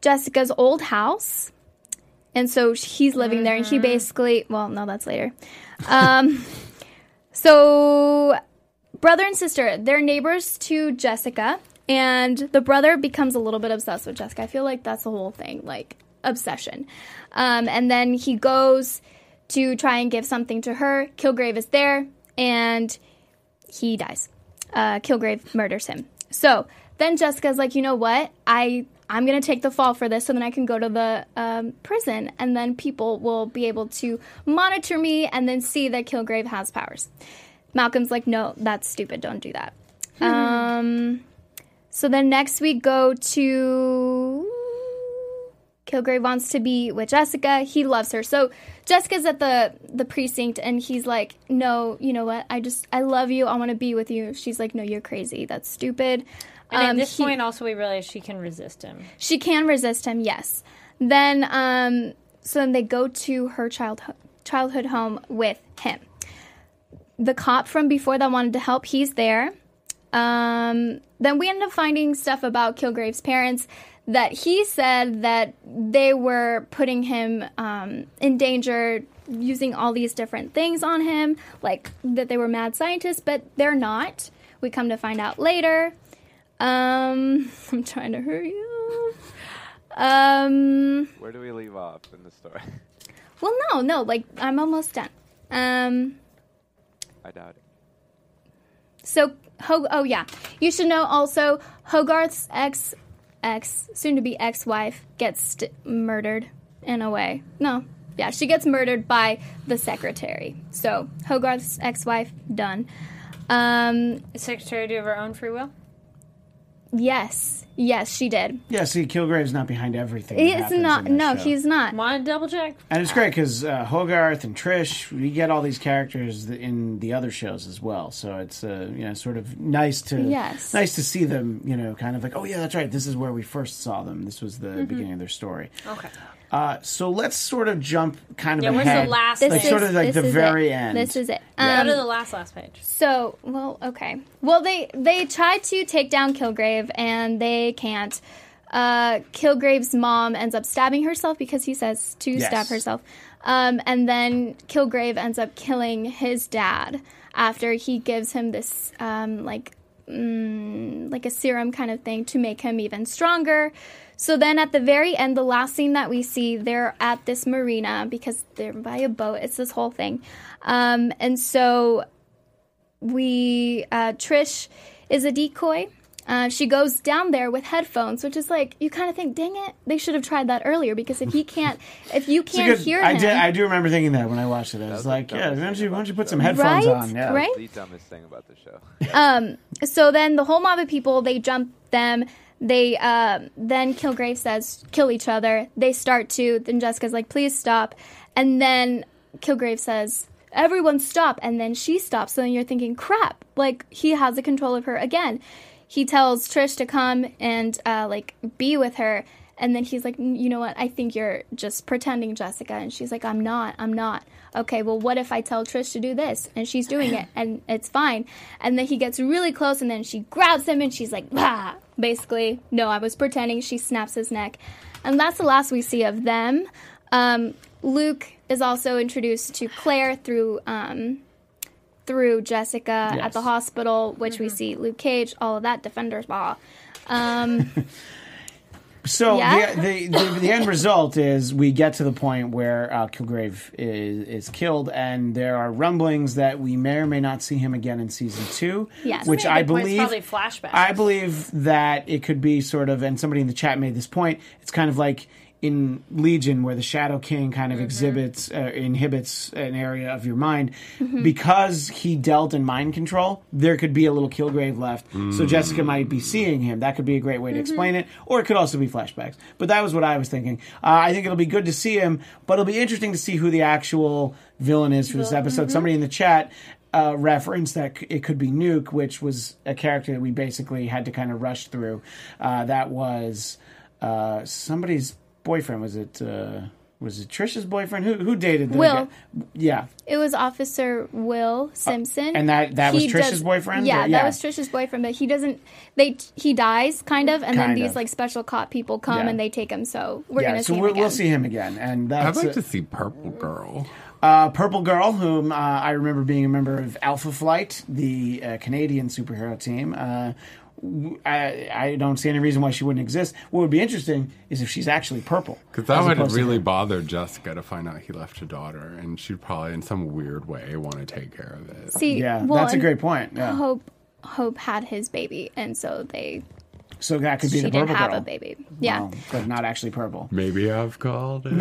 Jessica's old house. And so he's living there, and he basically, well, no, that's later. Um, so, brother and sister, they're neighbors to Jessica, and the brother becomes a little bit obsessed with Jessica. I feel like that's the whole thing, like obsession. Um, and then he goes to try and give something to her. Kilgrave is there, and he dies. Uh, Kilgrave murders him. So then Jessica's like, you know what? I I'm gonna take the fall for this, so then I can go to the um, prison, and then people will be able to monitor me and then see that Kilgrave has powers. Malcolm's like, no, that's stupid. Don't do that. um, so then next we go to Kilgrave wants to be with Jessica. He loves her. So Jessica's at the the precinct and he's like, "No, you know what? I just I love you. I want to be with you." She's like, "No, you're crazy. That's stupid."
And
Um,
at this
he-
point, also, we realize she can resist him.
she can resist him. Yes. Then um so then they go to her childhood childhood home with him. The cop from before that wanted to help, he's there. Um, then we end up finding stuff about Kilgrave's parents that he said that they were putting him um, in danger using all these different things on him, like that they were mad scientists, but they're not. We come to find out later. Um, I'm trying to hurry up. Um,
Where do we leave off in the story?
well, no, no, like I'm almost done. Um,
I doubt it.
So, Ho- oh yeah, you should know also Hogarth's ex, ex, soon to be ex-wife gets st- murdered in a way. No, Yeah, she gets murdered by the secretary. So Hogarth's ex-wife done. Um,
Secretary do of her own free will?
yes, yes, she did.
Yeah, see, Kilgrave's not behind everything. that
It's
happens
not.
in this
No,
show.
he's not.
Want to double check?
And it's great because uh, Hogarth and Trish, we get all these characters th- in the other shows as well. So it's uh, you know sort of nice to
Yes.
nice to see them. You know, kind of like oh yeah, that's right. This is where we first saw them. This was the beginning of their story.
Okay.
Uh, so let's sort of jump kind of
Yeah, where's the
ahead.
last
This
like
page?
sort of like
this
the
is
very
it.
end.
This is it.
Go
Um,
to the last last page.
So, well, okay. Well, they they try to take down Kilgrave and they can't. Uh, Kilgrave's mom ends up stabbing herself because he says to
Yes.
stab herself. Um, and then Kilgrave ends up killing his dad after he gives him this um, like mm, like a serum kind of thing to make him even stronger. So then at the very end, the last scene that we see, they're at this marina because they're by a boat. It's this whole thing. Um, and so we uh, Trish is a decoy. Uh, she goes down there with headphones, which is like you kind of think, "Dang it, they should have tried that earlier." Because if he can't, if you
It's a
can't
good-
hear
I
him,
did. I do remember thinking that when I watched it. I was,
was
like,
the
yeah, why
dumbest
don't
thing
you why don't you put some
about
headphones
Right?
on? Yeah.
Right? Um,
The dumbest thing about the show.
So then the whole mob of people they jump them. They um then Kilgrave says kill each other. They start to. Then Jessica's like please stop, and then Kilgrave says everyone stop, and then she stops. So then you're thinking crap, like he has the control of her again. He tells Trish to come and uh, like be with her, and then he's like "N- you know what I think you're just pretending Jessica, and she's like I'm not, I'm not. Okay, well what if I tell Trish to do this and she's doing it and it's fine, and then he gets really close and then she grabs him and she's like bah. Basically, no, I was pretending. She snaps his neck, and that's the last we see of them. Um, Luke is also introduced to Claire through um, through Jessica at the hospital, which we see Luke Cage, all of that, Defenders Ball. Um,
So
Yeah.
the, the, the the end result is we get to the point where uh, Kilgrave is is killed, and there are rumblings that we may or may not see him again in season two.
Yes.
which
That's a
I
good point. It's
believe
probably flashbacks.
I believe that it could be sort of, and somebody in the chat made this point. It's kind of like in Legion, where the Shadow King kind of exhibits uh, inhibits an area of your mind because he dealt in mind control. There could be a little Kilgrave left, so Jessica might be seeing him. That could be a great way to explain it, or it could also be flashbacks. But that was what I was thinking. Uh, I think it'll be good to see him, but it'll be interesting to see who the actual villain is for this episode. Somebody in the chat uh, reference that c- it could be Nuke, which was a character that we basically had to kind of rush through. Uh, that was uh, somebody's boyfriend. Was it uh, was it Trisha's boyfriend? Who who dated the
Will.
guy? Yeah,
it was Officer Will Simpson,
Uh, and that- that was
He
Trish's boyfriend,
Yeah,
or- yeah.
that was Trish's boyfriend, but he doesn't. They he dies kind of, and
Kind
then these
of.
like special cop people come
Yeah.
and they take him. So we're
yeah.
gonna
So
see him
we'll,
again.
we'll see him again, and
I'd
that's
like
it.
to see Purple Girl.
Uh, Purple Girl, whom uh, I remember being a member of Alpha Flight, the uh, Canadian superhero team. Uh, w- I, I don't see any reason why she wouldn't exist. What would be interesting is if she's actually purple.
Because
as
that would
opposed to
really
red.
bother Jessica to find out he left a daughter, and she'd probably, in some weird way, want to take care of it.
See,
Yeah,
well,
that's a
and
great point. Yeah.
Hope Hope had his baby, and so they
so that could be
she
the
didn't
purple
have
girl.
a baby. Yeah.
Wow, but not actually purple.
Maybe I've called it.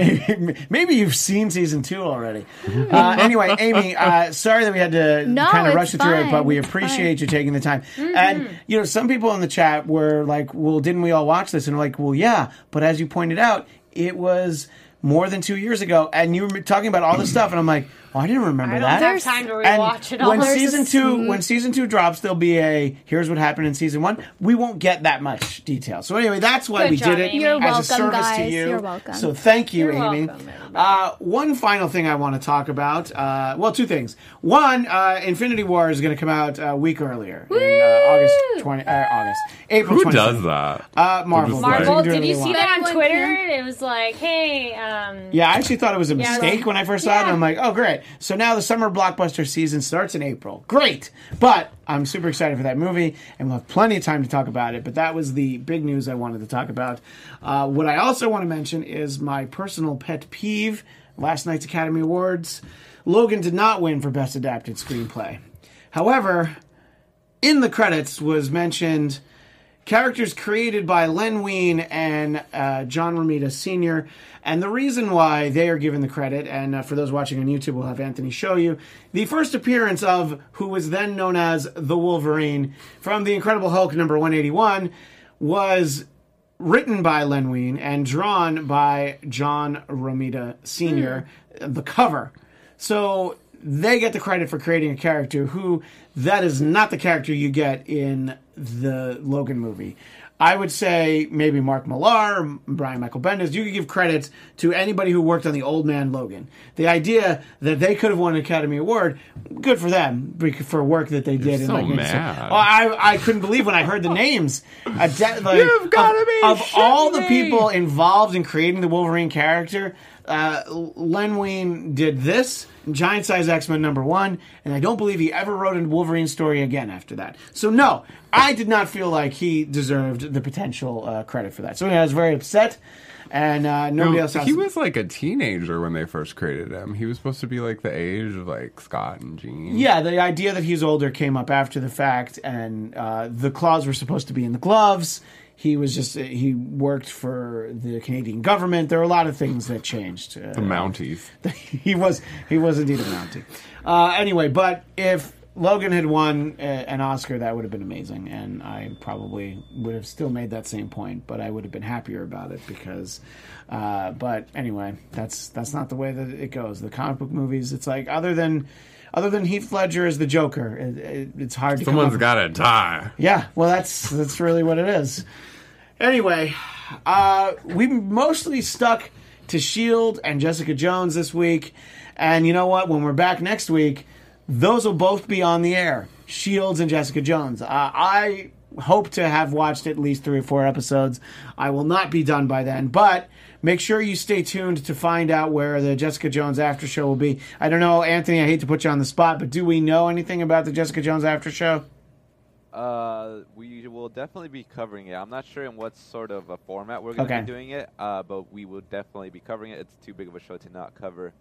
Maybe you've seen season two already. Uh, anyway, Amy, uh, sorry that we had to
No,
kind of
it's
rush you through it, but
fine. Mm-hmm.
we
It's
appreciate you taking the time. And you know, some people in the chat were like, "Well, didn't we all watch this?" And we're like, "Well, yeah," but as you pointed out, it was more than two years ago, and you were talking about all this stuff, and I'm like, "Well, I didn't remember
I don't
that."
have time to
And
rewatch it all.
When
There's a
season two, when season two drops, there'll be a here's what happened in season one. We won't get that much detail. So anyway, that's why
Good
we
job,
did it
Amy. You're
as a
welcome,
service to
guys.
you.
You're welcome.
So thank you,
You're
Amy.
welcome, everybody.
uh, one final thing I want to talk about. Uh, well, two things. One, uh, Infinity War is going to come out a week earlier in uh, August twenty. Uh, August April.
Who
20th.
does that?
Uh, Marvel.
They're just
They
Marvel,
can do
did
whatever they
you see
want.
that on
Anyone
Twitter?
can.
It was like, hey, um,
Yeah, I actually thought it was a
Yeah.
mistake when I first saw it. And I'm like, oh, great. So now the summer blockbuster season starts in April. Great. But I'm super excited for that movie, and we'll have plenty of time to talk about it. But that was the big news I wanted to talk about. Uh, what I also want to mention is my personal pet peeve last night's Academy Awards. Logan did not win for Best Adapted Screenplay. However, in the credits was mentioned Characters created by Len Wein and uh, John Romita Sr. And the reason why they are given the credit, and uh, for those watching on YouTube, we'll have Anthony show you the first appearance of who was then known as the Wolverine from The Incredible Hulk number 181 was written by Len Wein and drawn by John Romita Sr., the cover. So they get the credit for creating a character who that is not the character you get in the Logan movie. I would say maybe Mark Millar, Brian Michael Bendis. You could give credits to anybody who worked on the Old Man Logan. The idea that they could have won an Academy Award, good for them bec- for work that they did. in
so
like, in-
mad.
Oh, I I couldn't believe when I heard the names. A de- like,
You've gotta
of-
be
of all the
shitting me.
people involved in creating the Wolverine character. Uh, Len Wein did this Giant Size X Men number one, and I don't believe he ever wrote a Wolverine story again after that. So no, I did not feel like he deserved the potential uh, credit for that. So yeah, I was very upset, and uh, nobody else. has-
he was like a teenager when they first created him. He was supposed to be like the age of like Scott and Jean.
Yeah, the idea that he's older came up after the fact, and uh, the claws were supposed to be in the gloves. He was just he worked for the Canadian government. There were a lot of things that changed. Uh,
Mounties.
he was he was indeed a Mountie. Uh, anyway, but if Logan had won uh, an Oscar, that would have been amazing, and I probably would have still made that same point, but I would have been happier about it because. Uh, but anyway, that's that's not the way that it goes. The comic book movies, it's like other than. Other than Heath Ledger as the Joker, it, it, it's hard to. come
Someone's
up-
gotta die.
yeah, well, that's that's really what it is. Anyway, uh, we mostly stuck to Shield E and Jessica Jones this week, and you know what? When we're back next week, those will both be on the air. Shields E and Jessica Jones. Uh, I hope to have watched at least three or four episodes. I will not be done by then, but make sure you stay tuned to find out where the Jessica Jones after show will be. I don't know, Anthony. I hate to put you on the spot, but do we know anything about the Jessica Jones after show?
Uh, we will definitely be covering it. I'm not sure in what sort of a format we're going to
Okay.
be doing it, uh, but we will definitely be covering it. It's too big of a show to not cover.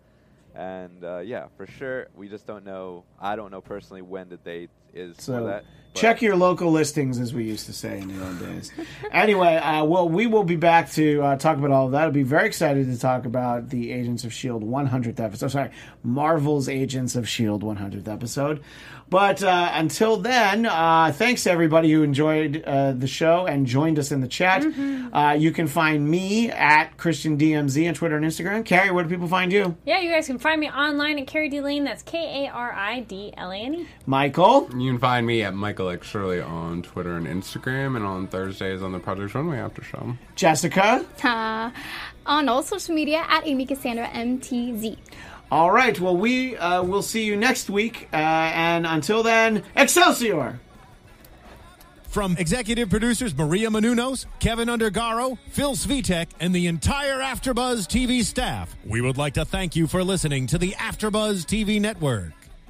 And uh, yeah, for sure. We just don't know. I don't know personally when the date is for
So
that. but-
check your local listings, as we used to say in the old days. anyway, uh, well, we will be back to uh, talk about all of that. I'll be very excited to talk about the Agents of S.H.I.E.L.D. 100th episode. Sorry, Marvel's Agents of S.H.I.E.L.D. 100th episode. But uh, until then, uh, thanks to everybody who enjoyed uh, the show and joined us in the chat. Uh, you can find me at Christian DMZ on Twitter and Instagram. Carrie, where do people find you?
Yeah, you guys can find me online at Carrie D Lane. That's K A R I D L A N E.
Michael.
You can find me at Michael X Shirley on Twitter and Instagram, and on Thursdays on the Project Runway After Show.
Jessica.
Uh, on all social media at Amy Cassandra MTZ.
All right. Well, we uh, will see you next week. Uh, and until then, Excelsior!
From executive producers Maria Manunos, Kevin Undergaro, Phil Svitek, and the entire Afterbuzz TV staff, we would like to thank you for listening to the Afterbuzz TV network.